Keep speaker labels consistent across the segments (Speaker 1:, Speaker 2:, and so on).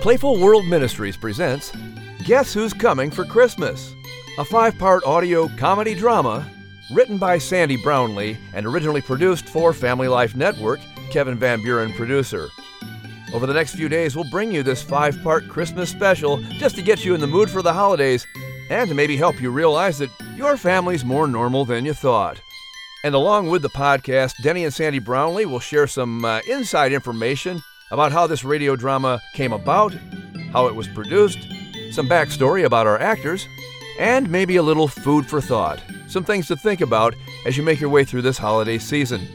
Speaker 1: Playful World Ministries presents Guess Who's Coming for Christmas? A five part audio comedy drama written by Sandy Brownlee and originally produced for Family Life Network, Kevin Van Buren producer. Over the next few days, we'll bring you this five part Christmas special just to get you in the mood for the holidays and to maybe help you realize that your family's more normal than you thought. And along with the podcast, Denny and Sandy Brownlee will share some uh, inside information about how this radio drama came about, how it was produced, some backstory about our actors, and maybe a little food for thought. Some things to think about as you make your way through this holiday season.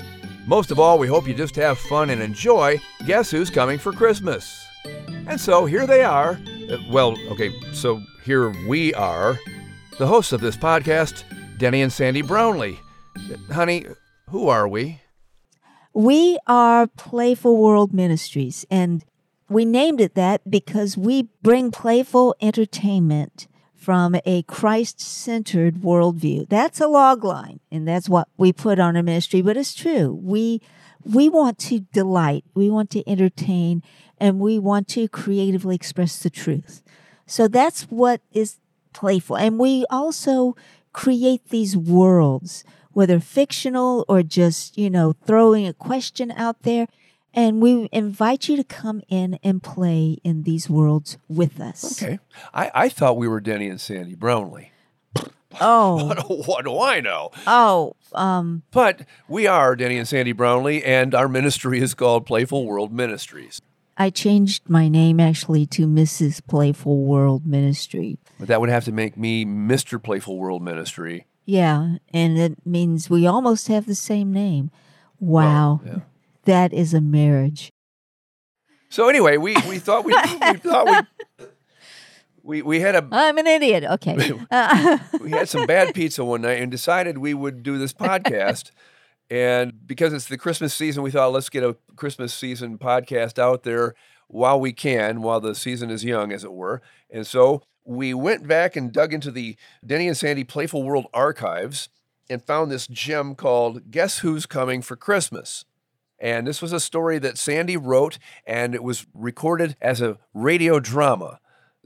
Speaker 1: Most of all, we hope you just have fun and enjoy Guess Who's Coming for Christmas. And so here they are. Uh, well, okay, so here we are, the hosts of this podcast, Denny and Sandy Brownlee. Uh, Honey, who are we?
Speaker 2: We are Playful World Ministries, and we named it that because we bring playful entertainment from a Christ centered worldview. That's a log line, and that's what we put on our ministry, but it's true. We we want to delight, we want to entertain, and we want to creatively express the truth. So that's what is playful. And we also create these worlds, whether fictional or just, you know, throwing a question out there. And we invite you to come in and play in these worlds with us.
Speaker 1: Okay. I, I thought we were Denny and Sandy Brownlee.
Speaker 2: Oh,
Speaker 1: What, what do I know?
Speaker 2: oh, um,
Speaker 1: But we are Denny and Sandy Brownlee, and our ministry is called Playful World Ministries.
Speaker 2: I changed my name actually to Mrs. Playful World Ministry.
Speaker 1: But that would have to make me Mr. Playful World Ministry.
Speaker 2: Yeah, and it means we almost have the same name. Wow,
Speaker 1: yeah.
Speaker 2: that is a marriage.
Speaker 1: So anyway, we, we thought we, we thought we, we we had a
Speaker 2: I'm an idiot. Okay. Uh,
Speaker 1: we had some bad pizza one night and decided we would do this podcast. and because it's the Christmas season, we thought let's get a Christmas season podcast out there while we can, while the season is young, as it were. And so we went back and dug into the Denny and Sandy Playful World archives and found this gem called Guess Who's Coming for Christmas. And this was a story that Sandy wrote, and it was recorded as a radio drama.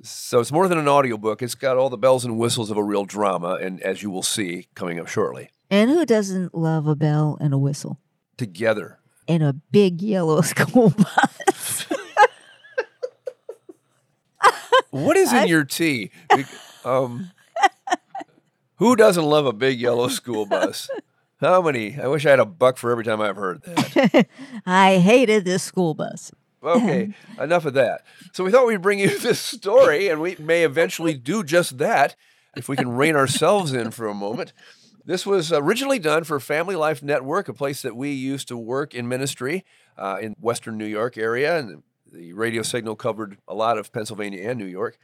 Speaker 1: So it's more than an audiobook. It's got all the bells and whistles of a real drama, and as you will see coming up shortly,
Speaker 2: and who doesn't love a bell and a whistle
Speaker 1: together.
Speaker 2: and a big yellow school bus?
Speaker 1: What is in your tea? Be- Um, who doesn't love a big yellow school bus? How many? I wish I had a buck for every time I've heard that.
Speaker 2: I hated this school bus.
Speaker 1: Okay, enough of that. So we thought we'd bring you this story, and we may eventually do just that if we can rein ourselves in for a moment. This was originally done for Family Life Network, a place that we used to work in ministry uh, in Western New York area, and the radio signal covered a lot of Pennsylvania and New York.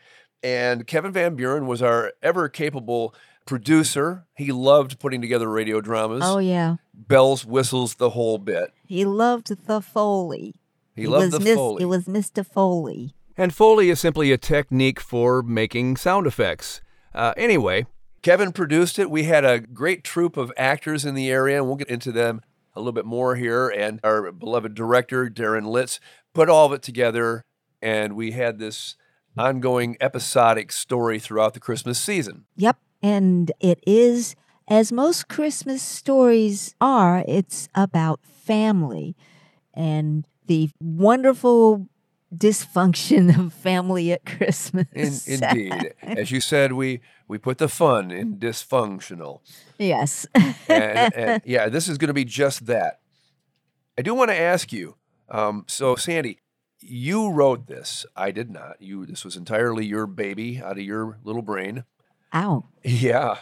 Speaker 1: And Kevin Van Buren was our ever capable producer. He loved putting together radio dramas,
Speaker 2: Oh yeah,
Speaker 1: bells, whistles, the whole bit.
Speaker 2: he loved the Foley.
Speaker 1: He, loved
Speaker 2: was
Speaker 1: the
Speaker 2: Miss-
Speaker 1: Foley.
Speaker 2: It was Mr. Foley.
Speaker 1: And Foley is simply a technique for making sound effects. Uh, anyway, Kevin produced it. We had a great troupe of actors in the area, and we'll get into them a little bit more here. And our beloved director, Darren Litz, put all of it together, and we had this ongoing episodic story throughout the Christmas season.
Speaker 2: Yep. And it is, as most Christmas stories are, it's about family and the wonderful dysfunction of family at Christmas.
Speaker 1: In, indeed. As you said, we, we put the fun in dysfunctional.
Speaker 2: yes.
Speaker 1: and, and yeah, this is going to be just that. I do want to ask you. Um, so, Sandy, you wrote this. I did not. You. This was entirely your baby out of your little brain.
Speaker 2: Ow.
Speaker 1: Yeah.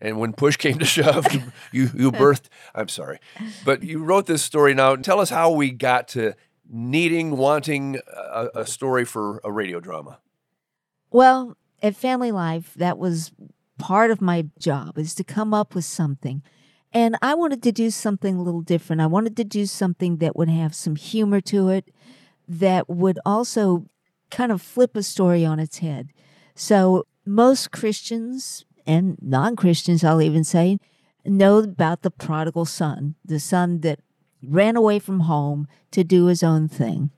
Speaker 1: And when push came to shove, you- you you birthed. I'm sorry, but you wrote this story. Now, tell us how we got to needing, wanting a, a story for a radio drama.
Speaker 2: Well, at Family Life, that was part of my job is to come up with something. And I wanted to do something a little different. I wanted to do something that would have some humor to it, that would also kind of flip a story on its head. So, most Christians and non Christians, I'll even say, know about the prodigal son, the son that ran away from home to do his own thing.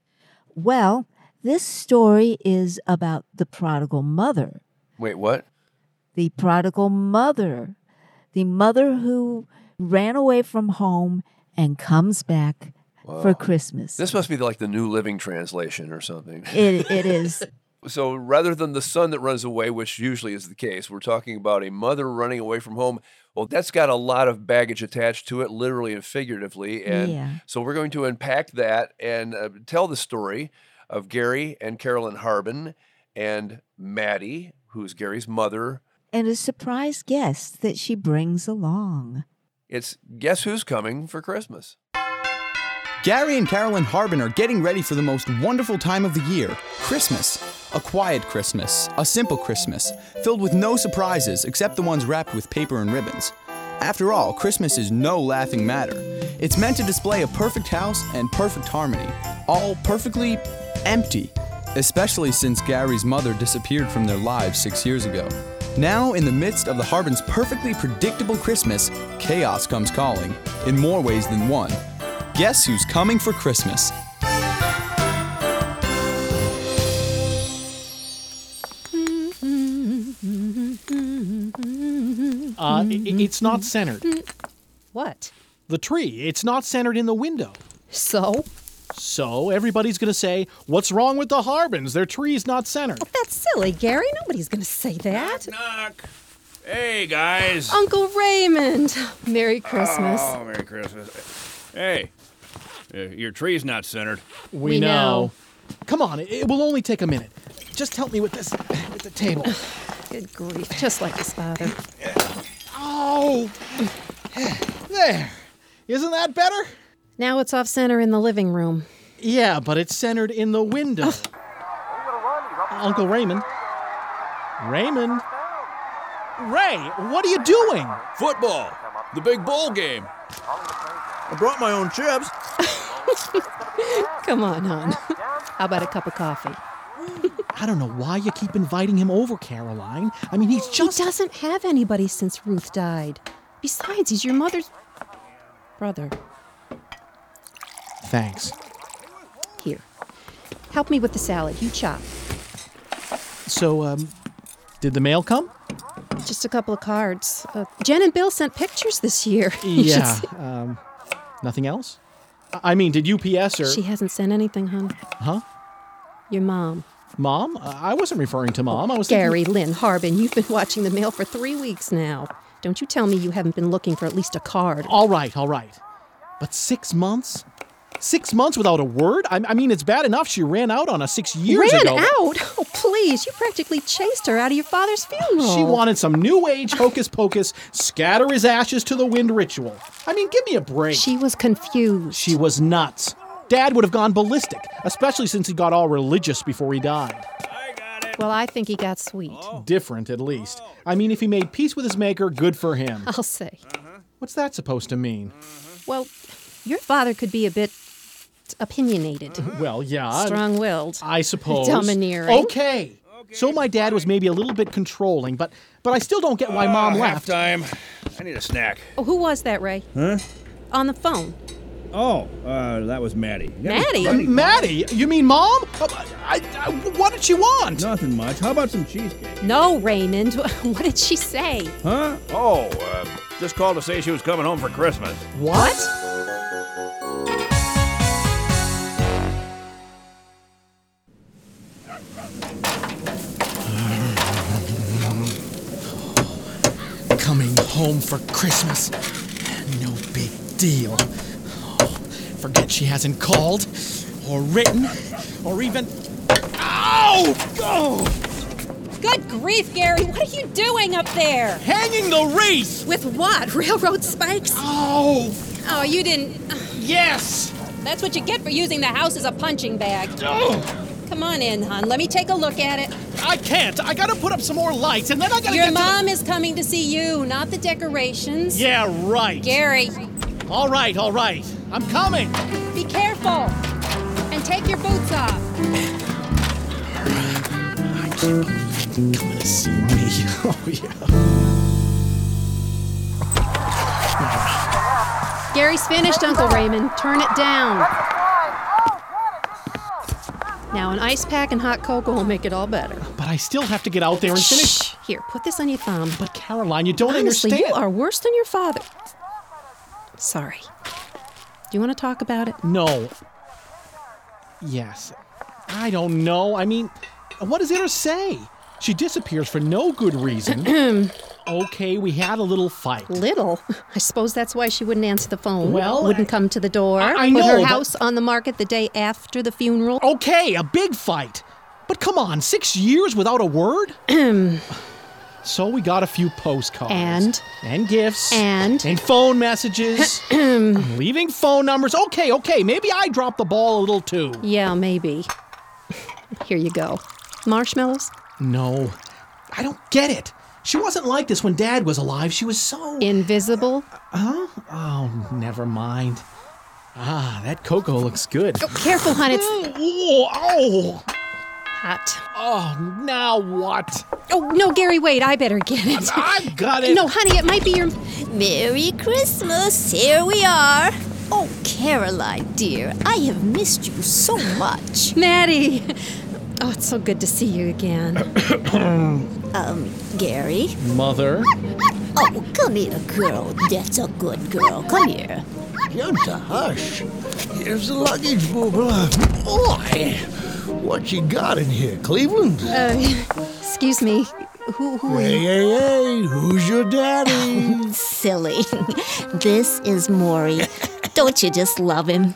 Speaker 2: Well, This story is about the prodigal mother.
Speaker 1: Wait, what?
Speaker 2: the prodigal mother, the mother who ran away from home and comes back for Christmas.
Speaker 1: This must be like the New Living Translation or something.
Speaker 2: it, it is.
Speaker 1: So rather than the son that runs away, which usually is the case, we're talking about a mother running away from home. Well, that's got a lot of baggage attached to it, literally and figuratively. And
Speaker 2: Yeah.
Speaker 1: so we're going to unpack that and uh, tell the story of Gary and Carolyn Harbin and Maddie, who's Gary's mother.
Speaker 2: And a surprise guest that she brings along.
Speaker 1: It's Guess Who's Coming for Christmas?
Speaker 3: Gary and Carolyn Harbin are getting ready for the most wonderful time of the year Christmas. A quiet Christmas, a simple Christmas, filled with no surprises except the ones wrapped with paper and ribbons. After all, Christmas is no laughing matter. It's meant to display a perfect house and perfect harmony, all perfectly empty, especially since Gary's mother disappeared from their lives six years ago. Now, in the midst of the Harbin's perfectly predictable Christmas, chaos comes calling, in more ways than one. Guess who's coming for Christmas?
Speaker 4: Uh, i- i- it's not centered.
Speaker 5: What?
Speaker 4: The tree, it's not centered in the window.
Speaker 5: So?
Speaker 4: So everybody's going to say, What's wrong with the Harbins? Their tree's not centered.
Speaker 5: That's silly, Gary. Nobody's going to say that.
Speaker 6: Knock. Hey, guys.
Speaker 5: Uncle Raymond. Merry Christmas.
Speaker 6: Oh, Merry Christmas. Hey, uh, your tree's not centered.
Speaker 4: We,
Speaker 5: We know.
Speaker 4: Come on, it, it will only take a minute. Just help me with this, with the table.
Speaker 5: Good grief. Just like his father.
Speaker 4: Oh! There. Isn't that better?
Speaker 5: Now it's off center in the living room.
Speaker 4: Yeah, but it's centered in the window. Uncle Raymond. Raymond? Ray, what are you doing?
Speaker 6: Football, the big bowl game. I brought my own chips.
Speaker 5: Come on, hon. How about a cup of coffee?
Speaker 4: I don't know why you keep inviting him over, Caroline. I mean, he's just.
Speaker 5: He doesn't have anybody since Ruth died. Besides, he's your mother's brother.
Speaker 4: Thanks.
Speaker 5: Here. Help me with the salad. You chop.
Speaker 4: So, um, did the mail come?
Speaker 5: Just a couple of cards. Uh, Jen and Bill sent pictures this year. You should
Speaker 4: Yeah.
Speaker 5: see-
Speaker 4: Um, nothing else? I- I mean, did UPS or.
Speaker 5: She hasn't sent anything, hon.
Speaker 4: huh?
Speaker 5: Your mom.
Speaker 4: Mom? I I wasn't referring to mom. I was thinking-
Speaker 5: Gary Lynn Harbin, you've been watching the mail for three weeks now. Don't you tell me you haven't been looking for at least a card.
Speaker 4: All right, all right. But six months? Six months without a word? I, I mean, it's bad enough she ran out on us six years
Speaker 5: Ran
Speaker 4: ago.
Speaker 5: out? Oh, please. You practically chased her out of your father's funeral.
Speaker 4: She wanted some new age hocus pocus, scatter his ashes to the wind ritual. I mean, give me a break.
Speaker 5: She was confused.
Speaker 4: She was nuts. Dad would have gone ballistic, especially since he got all religious before he died.
Speaker 5: Well, I think he got sweet.
Speaker 4: Oh. Different, at least. I mean, if he made peace with his maker, good for him.
Speaker 5: I'll say.
Speaker 4: What's that supposed to mean?
Speaker 5: Well, your father could be a bit opinionated,
Speaker 4: Well, yeah. Mm-hmm. I-
Speaker 5: strong willed.
Speaker 4: I suppose.
Speaker 5: Domineering.
Speaker 4: Okay. So my dad was maybe a little bit controlling, but but I still don't get why mom left.
Speaker 6: time. I need a snack.
Speaker 5: Oh, who was that, Ray? Huh? On the phone.
Speaker 6: Oh, uh, that was Maddie.
Speaker 5: Maddie?
Speaker 4: Maddie, you mean mom? Uh, I- I- what did she want?
Speaker 6: Nothing much. How about some cheesecake?
Speaker 5: No, Raymond. What did she say?
Speaker 6: Huh? Oh, uh, just called to say she was coming home for Christmas.
Speaker 4: What?
Speaker 7: coming home for Christmas. No big deal. Oh, forget she hasn't called, or written, or even. Ow! Oh!
Speaker 5: Good grief, Gary. What are you doing up there?
Speaker 7: Hanging the wreath!
Speaker 5: With what? Railroad spikes?
Speaker 7: Oh!
Speaker 5: Oh, you didn't.
Speaker 7: Yes!
Speaker 5: That's what you get for using the house as a punching bag.
Speaker 7: Oh!
Speaker 5: Come on in, hon. Let me take a look at it.
Speaker 7: I can't. I gotta put up some more lights, and then I gotta
Speaker 5: Your
Speaker 7: get to.
Speaker 5: mom is coming to see you, not the decorations.
Speaker 7: The... Yeah, right.
Speaker 5: Gary,
Speaker 7: All right, all right. I'm coming.
Speaker 5: be careful. And take your boots off.
Speaker 7: I can't believe you're coming to see me. Oh yeah. Oh,
Speaker 5: Gary's finished, Uncle Raymond. Turn it down. Now, an ice pack and hot cocoa will make it all better.
Speaker 4: But I still have to get out there and finish.
Speaker 5: Shh. Here, put this on your thumb.
Speaker 4: But Caroline, you don't
Speaker 5: Honestly,
Speaker 4: understand.
Speaker 5: you are worse than your father. Sorry. Do you want to talk about it?
Speaker 4: No. Yes. I don't know. I mean, what does Inner say? She disappears for no good reason. okay, we had a little fight.
Speaker 5: Little. I suppose that's why she wouldn't answer the phone.
Speaker 4: Well,
Speaker 5: wouldn't
Speaker 4: I-
Speaker 5: come to the door.
Speaker 4: I- I
Speaker 5: Put her
Speaker 4: know, but- Oh.
Speaker 5: house on the market the day after the funeral.
Speaker 4: Okay, a big fight. But come on, six years without a word? so we got a few postcards.
Speaker 5: And?
Speaker 4: And gifts.
Speaker 5: And?
Speaker 4: And phone messages. I'm leaving phone numbers. Okay, okay, maybe I dropped the ball a little too.
Speaker 5: Yeah, maybe. Here you go. Marshmallows?
Speaker 4: No, I don't get it. She wasn't like this when Dad was alive. She was so.
Speaker 5: Invisible?
Speaker 4: Oh, never mind. Ah, that cocoa looks good.
Speaker 5: Careful, hon, it's
Speaker 4: Ooh, oh,
Speaker 5: hot.
Speaker 4: oh, now what?
Speaker 5: Oh, no, Gary, wait, I better get it.
Speaker 4: I've got it.
Speaker 5: No, honey, it might be your.
Speaker 8: Merry Christmas! Here we are! Oh, Caroline, dear, I have missed you so much.
Speaker 5: Maddie! Oh, it's so good to see you again.
Speaker 8: Gary?
Speaker 4: Mother.
Speaker 8: Oh, come here, girl. That's a good girl. Come here.
Speaker 7: Yenta, hush. Here's the luggage, Boobla. Boy, what you got in here, Cleveland?
Speaker 5: Excuse me. Who, who are you?
Speaker 7: hey, hey, hey, who's your daddy?
Speaker 8: Silly. This is Maury. Don't you just love him?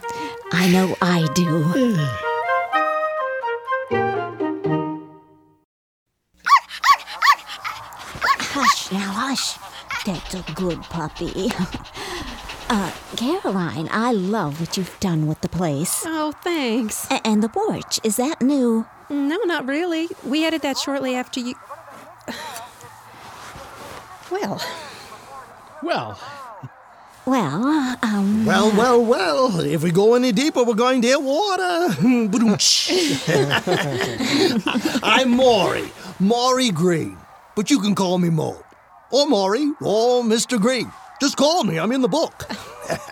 Speaker 8: I know I do. Hush now, hush. That's a good puppy. Uh, Caroline, I love what you've done with the place.
Speaker 5: Oh, thanks.
Speaker 8: A- and the porch, is that new?
Speaker 5: No, not really. We added that shortly after you. Well,
Speaker 4: Well,
Speaker 8: Well, um,
Speaker 7: well, well, well. If we go any deeper, we're going to hit water. Ba-doom-tsh. I'm Maury, Maury Green. But you can call me Mo. Or Maury, or Mr. Green. Just call me. I'm in the book.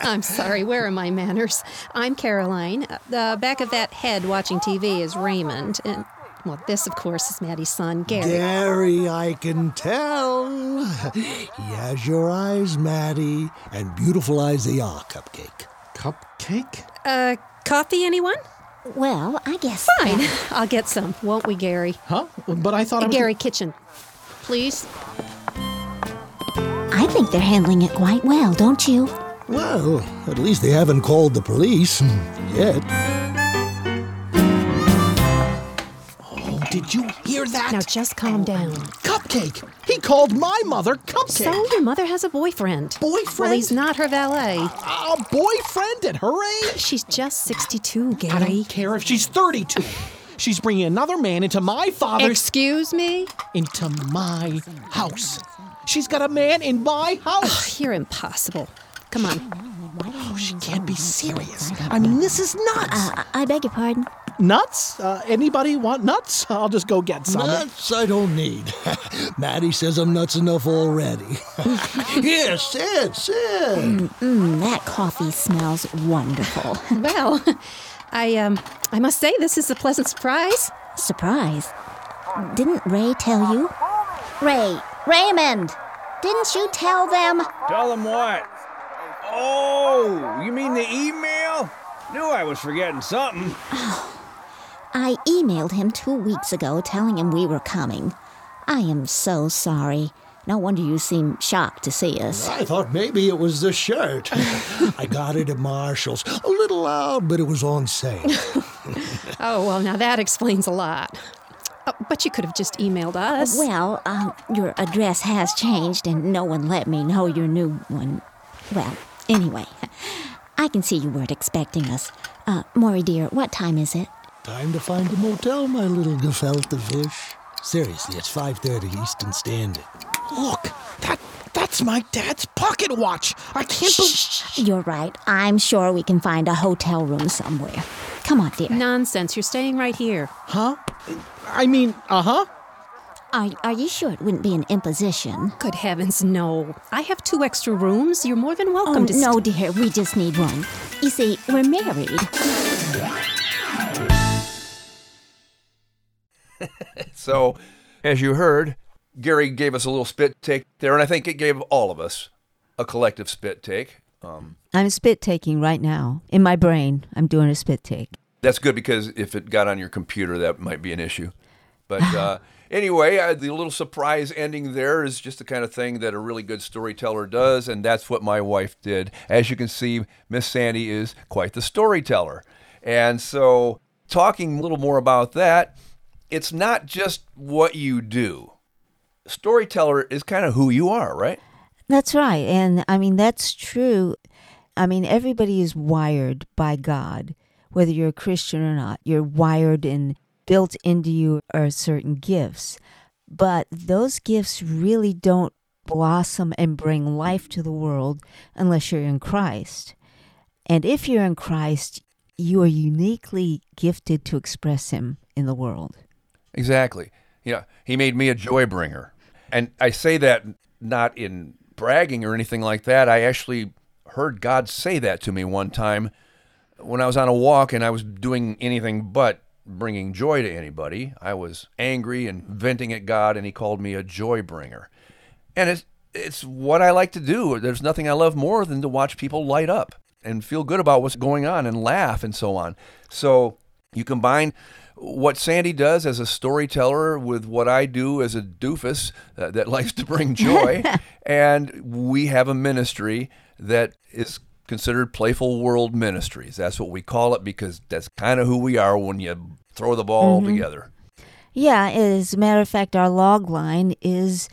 Speaker 5: I'm sorry. Where are my manners? I'm Caroline. Uh, The back of that head watching TV is Raymond. And, well, this, of course, is Maddie's son, Gary.
Speaker 7: Gary, I can tell. He has your eyes, Maddie, and beautiful eyes they are, Cupcake.
Speaker 4: cupcake?
Speaker 5: Uh, coffee, anyone?
Speaker 8: well, I guess.
Speaker 5: Fine. I'll get some, won't we, Gary?
Speaker 4: Huh? But I thought I was.
Speaker 5: Gary Kitchen. Please?
Speaker 8: I think they're handling it quite well, don't you?
Speaker 7: Well, at least they haven't called the police yet.
Speaker 4: Did you hear that? Oh,
Speaker 5: Now just calm down.
Speaker 4: cupcake. He called my mother cupcake.
Speaker 5: So, your mother has a boyfriend.
Speaker 4: Boyfriend?
Speaker 5: Well, he's not her valet.
Speaker 4: a boyfriend at her age.
Speaker 5: She's just 62,
Speaker 4: I
Speaker 5: Gary.
Speaker 4: don't care if she's 32. She's bringing another man into my father's
Speaker 5: Excuse me?
Speaker 4: into my house. She's got a man in my house.
Speaker 5: You're impossible. Come on.
Speaker 4: Oh, she can't be serious. I mean, this is
Speaker 5: Uh,
Speaker 4: nuts.
Speaker 8: I, I beg your pardon.
Speaker 4: nuts? Uh, anybody want nuts? I'll just go get some.
Speaker 7: Nuts I don't need. Maddie says I'm nuts enough already. Here, sit, sit.
Speaker 8: Mm, that coffee smells wonderful.
Speaker 5: Well, I um I must say this is a pleasant surprise.
Speaker 8: Surprise. Didn't Ray tell you? Ray, Raymond, didn't you tell them?
Speaker 9: Tell them what? Oh, you mean the email? Knew I was forgetting something.
Speaker 8: I emailed him two weeks ago telling him we were coming. I am so sorry. No wonder you seem shocked to see us.
Speaker 7: I thought maybe it was the shirt. I got it at Marshall's. A little loud, but it was on sale.
Speaker 5: Oh well, now that explains a lot. Oh, but you could have just emailed us.
Speaker 8: Well, um, your address has changed, and no one let me know your new one. Well, anyway, I can see you weren't expecting us. Uh, Maury, dear, what time is it?
Speaker 7: Time to find a motel, my little gefilte fish. Seriously, it's 5.30 Eastern Standard.
Speaker 4: Look, that that's my dad's pocket watch. I can't believe.
Speaker 8: You're right. I'm sure we can find a hotel room somewhere. Come on, dear.
Speaker 5: Nonsense. You're staying right here.
Speaker 4: Huh? I mean, uh huh.
Speaker 8: Are, are you sure it wouldn't be an imposition?
Speaker 5: Good heavens, no. I have two extra rooms. You're more than welcome
Speaker 8: oh,
Speaker 5: to
Speaker 8: no,
Speaker 5: st-
Speaker 8: dear. We just need one. You see, we're married.
Speaker 1: So, as you heard, Gary gave us a little spit take there, and I think it gave all of us a collective spit take. Um,
Speaker 2: I'm spit taking right now. In my brain, I'm doing a spit take.
Speaker 1: that's good because if it got on your computer, that might be an issue. But uh, anyway, uh, the little surprise ending there is just the kind of thing that a really good storyteller does, and that's what my wife did. As you can see, Miss Sandy is quite the storyteller. And so, talking a little more about that, it's not just what you do. Storyteller is kind of who you are, right?
Speaker 2: That's right. And I mean, that's true. I mean, everybody is wired by God, whether you're a Christian or not. You're wired and built into you are certain gifts. But those gifts really don't blossom and bring life to the world unless you're in Christ. And if you're in Christ, you are uniquely gifted to express Him in the world.
Speaker 1: Exactly. Yeah. He made me a joy bringer. And I say that not in bragging or anything like that. I actually heard God say that to me one time when I was on a walk and I was doing anything but bringing joy to anybody. I was angry and venting at God, and He called me a joy bringer. And it's, it's what I like to do. There's nothing I love more than to watch people light up and feel good about what's going on and laugh and so on. So you combine what Sandy does as a storyteller with what I do as a doofus uh, that likes to bring joy, and we have a ministry that is considered Playful World Ministries. That's what we call it because that's kind of who we are when you throw the ball
Speaker 2: Mhm.
Speaker 1: together.
Speaker 2: Yeah, as a matter of fact, our log line is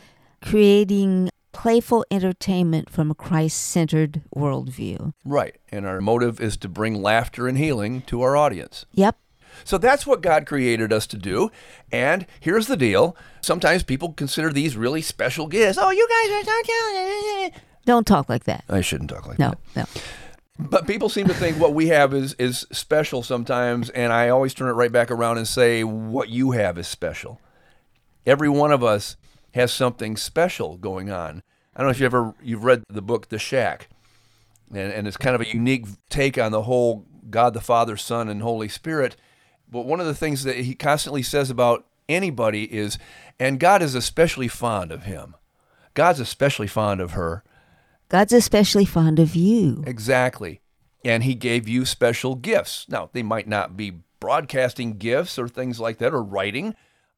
Speaker 2: creating playful entertainment from a Christ centered worldview.
Speaker 1: Right. And our motive is to bring laughter and healing to our audience.
Speaker 2: Yep.
Speaker 1: So that's what God created us to do. And here's the deal sometimes people consider these really special gifts. Oh, you guys are so talented.
Speaker 2: Don't talk like that.
Speaker 1: I shouldn't talk like
Speaker 2: no,
Speaker 1: that.
Speaker 2: No,
Speaker 1: But people seem to think what we have is, is special sometimes. And I always turn it right back around and say, what you have is special. Every one of us has something special going on. I don't know if you ever you've read the book The Shack. And, and it's kind of a unique take on the whole God the Father, Son, and Holy Spirit. But one of the things that he constantly says about anybody is, and God is especially fond of him. God's especially fond of her.
Speaker 2: God's especially fond of you.
Speaker 1: Exactly. And he gave you special gifts. Now, they might not be broadcasting gifts or things like that or writing,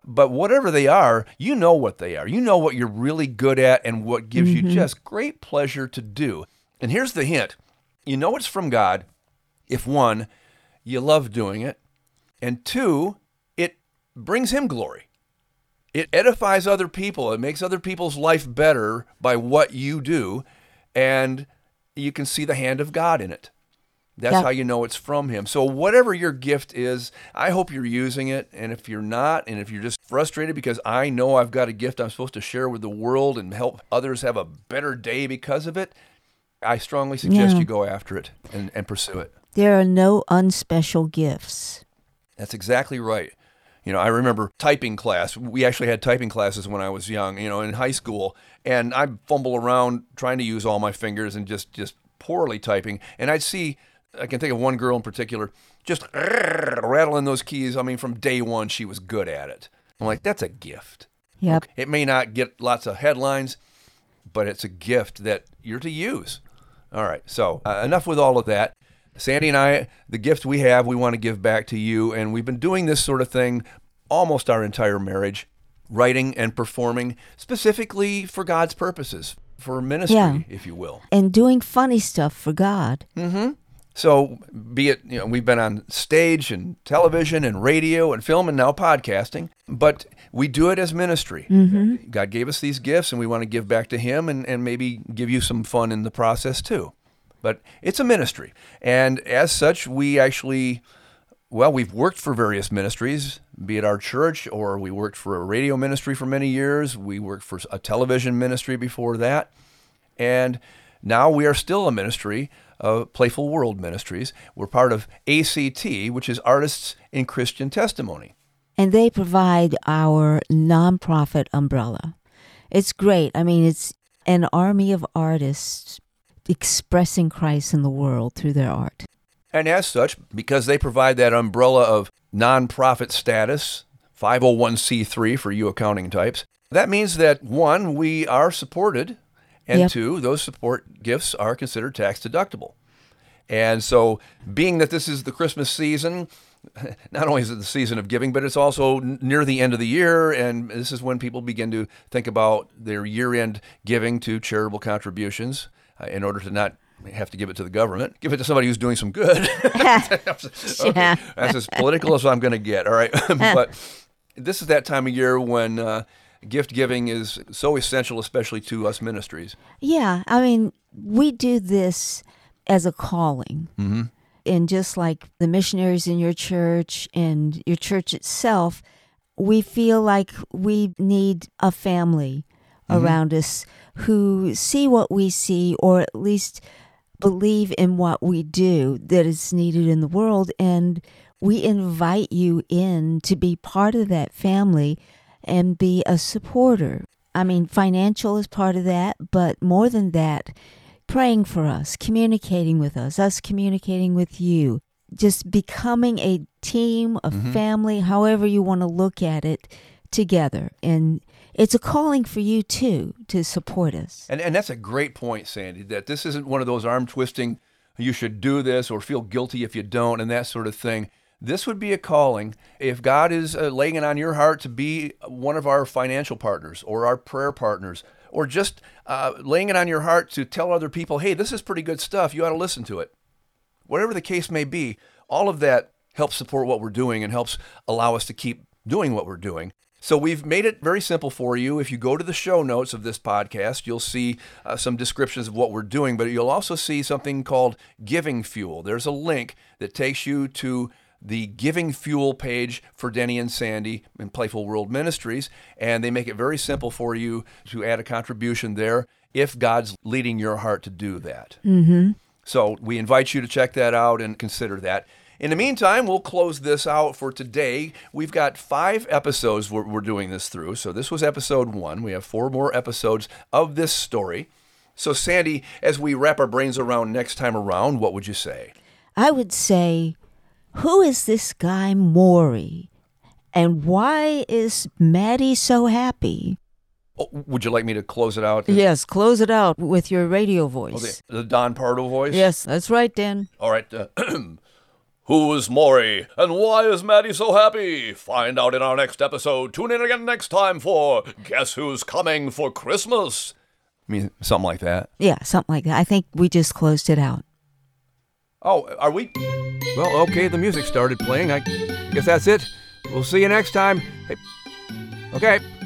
Speaker 1: but whatever they are, you know what they are. You know what you're really good at and what gives
Speaker 6: Mhm.
Speaker 1: you just great pleasure to do. And here's the hint you know it's from God if one, you love doing it, and two, it brings him glory. It edifies other people. It makes other people's life better by what you do. And you can see the hand of God in it. That's
Speaker 6: Yeah.
Speaker 1: how you know it's from Him. So, whatever your gift is, I hope you're using it. And if you're not, and if you're just frustrated because I know I've got a gift I'm supposed to share with the world and help others have a better day because of it, I strongly suggest
Speaker 2: Yeah.
Speaker 1: you go after it and, and pursue it.
Speaker 2: There are no unspecial gifts.
Speaker 1: That's exactly right. You know, I remember typing class. We actually had typing classes when I was young, you know, in high school, and I'd fumble around trying to use all my fingers and just just poorly typing. And I'd see I can think of one girl in particular just rattling those keys. I mean, from day one she was good at it. I'm like, that's a gift.
Speaker 2: Yep.
Speaker 1: It may not get lots of headlines, but it's a gift that you're to use. All right. So, uh, enough with all of that. Sandy and I, the gift we have, we want to give back to you. And we've been doing this sort of thing almost our entire marriage, writing and performing specifically for God's purposes, for ministry,
Speaker 2: Yeah.
Speaker 1: if you will.
Speaker 2: And doing funny stuff for God.
Speaker 1: Mm-hmm. So, be it, you know, we've been on stage and television and radio and film and now podcasting, but we do it as ministry.
Speaker 2: Mm-hmm.
Speaker 1: God gave us these gifts and we want to give back to Him and, and maybe give you some fun in the process too. But it's a ministry. And as such, we actually, well, we've worked for various ministries, be it our church or we worked for a radio ministry for many years. We worked for a television ministry before that. And now we are still a ministry of Playful World Ministries. We're part of ACT, which is Artists in Christian Testimony.
Speaker 2: And they provide our nonprofit umbrella. It's great. I mean, it's an army of artists expressing Christ in the world through their art.
Speaker 1: And as such, because they provide that umbrella of nonprofit status 501c3 for you accounting types. That means that one, we are supported, and
Speaker 2: Yep.
Speaker 1: two, those support gifts are considered tax deductible. And so, being that this is the Christmas season, not only is it the season of giving, but it's also n- near the end of the year. And this is when people begin to think about their year end giving to charitable contributions uh, in order to not have to give it to the government, give it to somebody who's doing some good.
Speaker 2: Yeah.
Speaker 1: okay, that's as political as I'm going to get. All right. but this is that time of year when uh, gift giving is so essential, especially to us ministries.
Speaker 2: Yeah, I mean, we do this as a calling. Mm-hmm. And just like the missionaries in your church and your church itself, we feel like we need a family around us who see what we see or at least believe in what we do that is needed in the world. And we invite you in to be part of that family and be a supporter. I mean, financial is part of that, but more than that, praying for us, communicating with us, us communicating with you, just becoming a team, a family, however you want to look at it, together. And it's a calling for you too to support us.
Speaker 1: And, and that's a great point, Sandy, that this isn't one of those arm twisting, you should do this or feel guilty if you don't, and that sort of thing. This would be a calling if God is uh, laying it on your heart to be one of our financial partners or our prayer partners, or just uh, laying it on your heart to tell other people, hey, this is pretty good stuff. You ought to listen to it. Whatever the case may be, all of that helps support what we're doing and helps allow us to keep doing what we're doing. So we've made it very simple for you. If you go to the show notes of this podcast, you'll see uh, some descriptions of what we're doing, but you'll also see something called Giving Fuel. There's a link that takes you to the Giving Fuel page for Denny and Sandy and Playful World Ministries, and they make it very simple for you to add a contribution there if God's leading your heart to do that.
Speaker 2: Mm-hmm.
Speaker 1: So we invite you to check that out and consider that. In the meantime, we'll close this out for today. We've got five episodes we're, we're doing this through. So this was episode one. We have four more episodes of this story. So, Sandy, as we wrap our brains around next time around, what would you say?
Speaker 2: I would say, who is this guy Maury? And why is Maddie so happy?
Speaker 1: Oh, would you like me to close it out?
Speaker 2: Yes, close it out with your radio
Speaker 1: Oh,
Speaker 2: voice.
Speaker 1: the, the Don Pardo voice?
Speaker 2: Yes, that's right, Dan.
Speaker 1: All right. uh, Who is Maury? And why is Maddie so happy? Find out in our next episode. Tune in again next time for Guess Who's Coming for Christmas? I mean, something like that.
Speaker 2: Yeah, something like that. I think we just closed it out.
Speaker 1: Oh, are we? Well, okay, the music started playing. I guess that's it. We'll see you next time. Hey. Okay.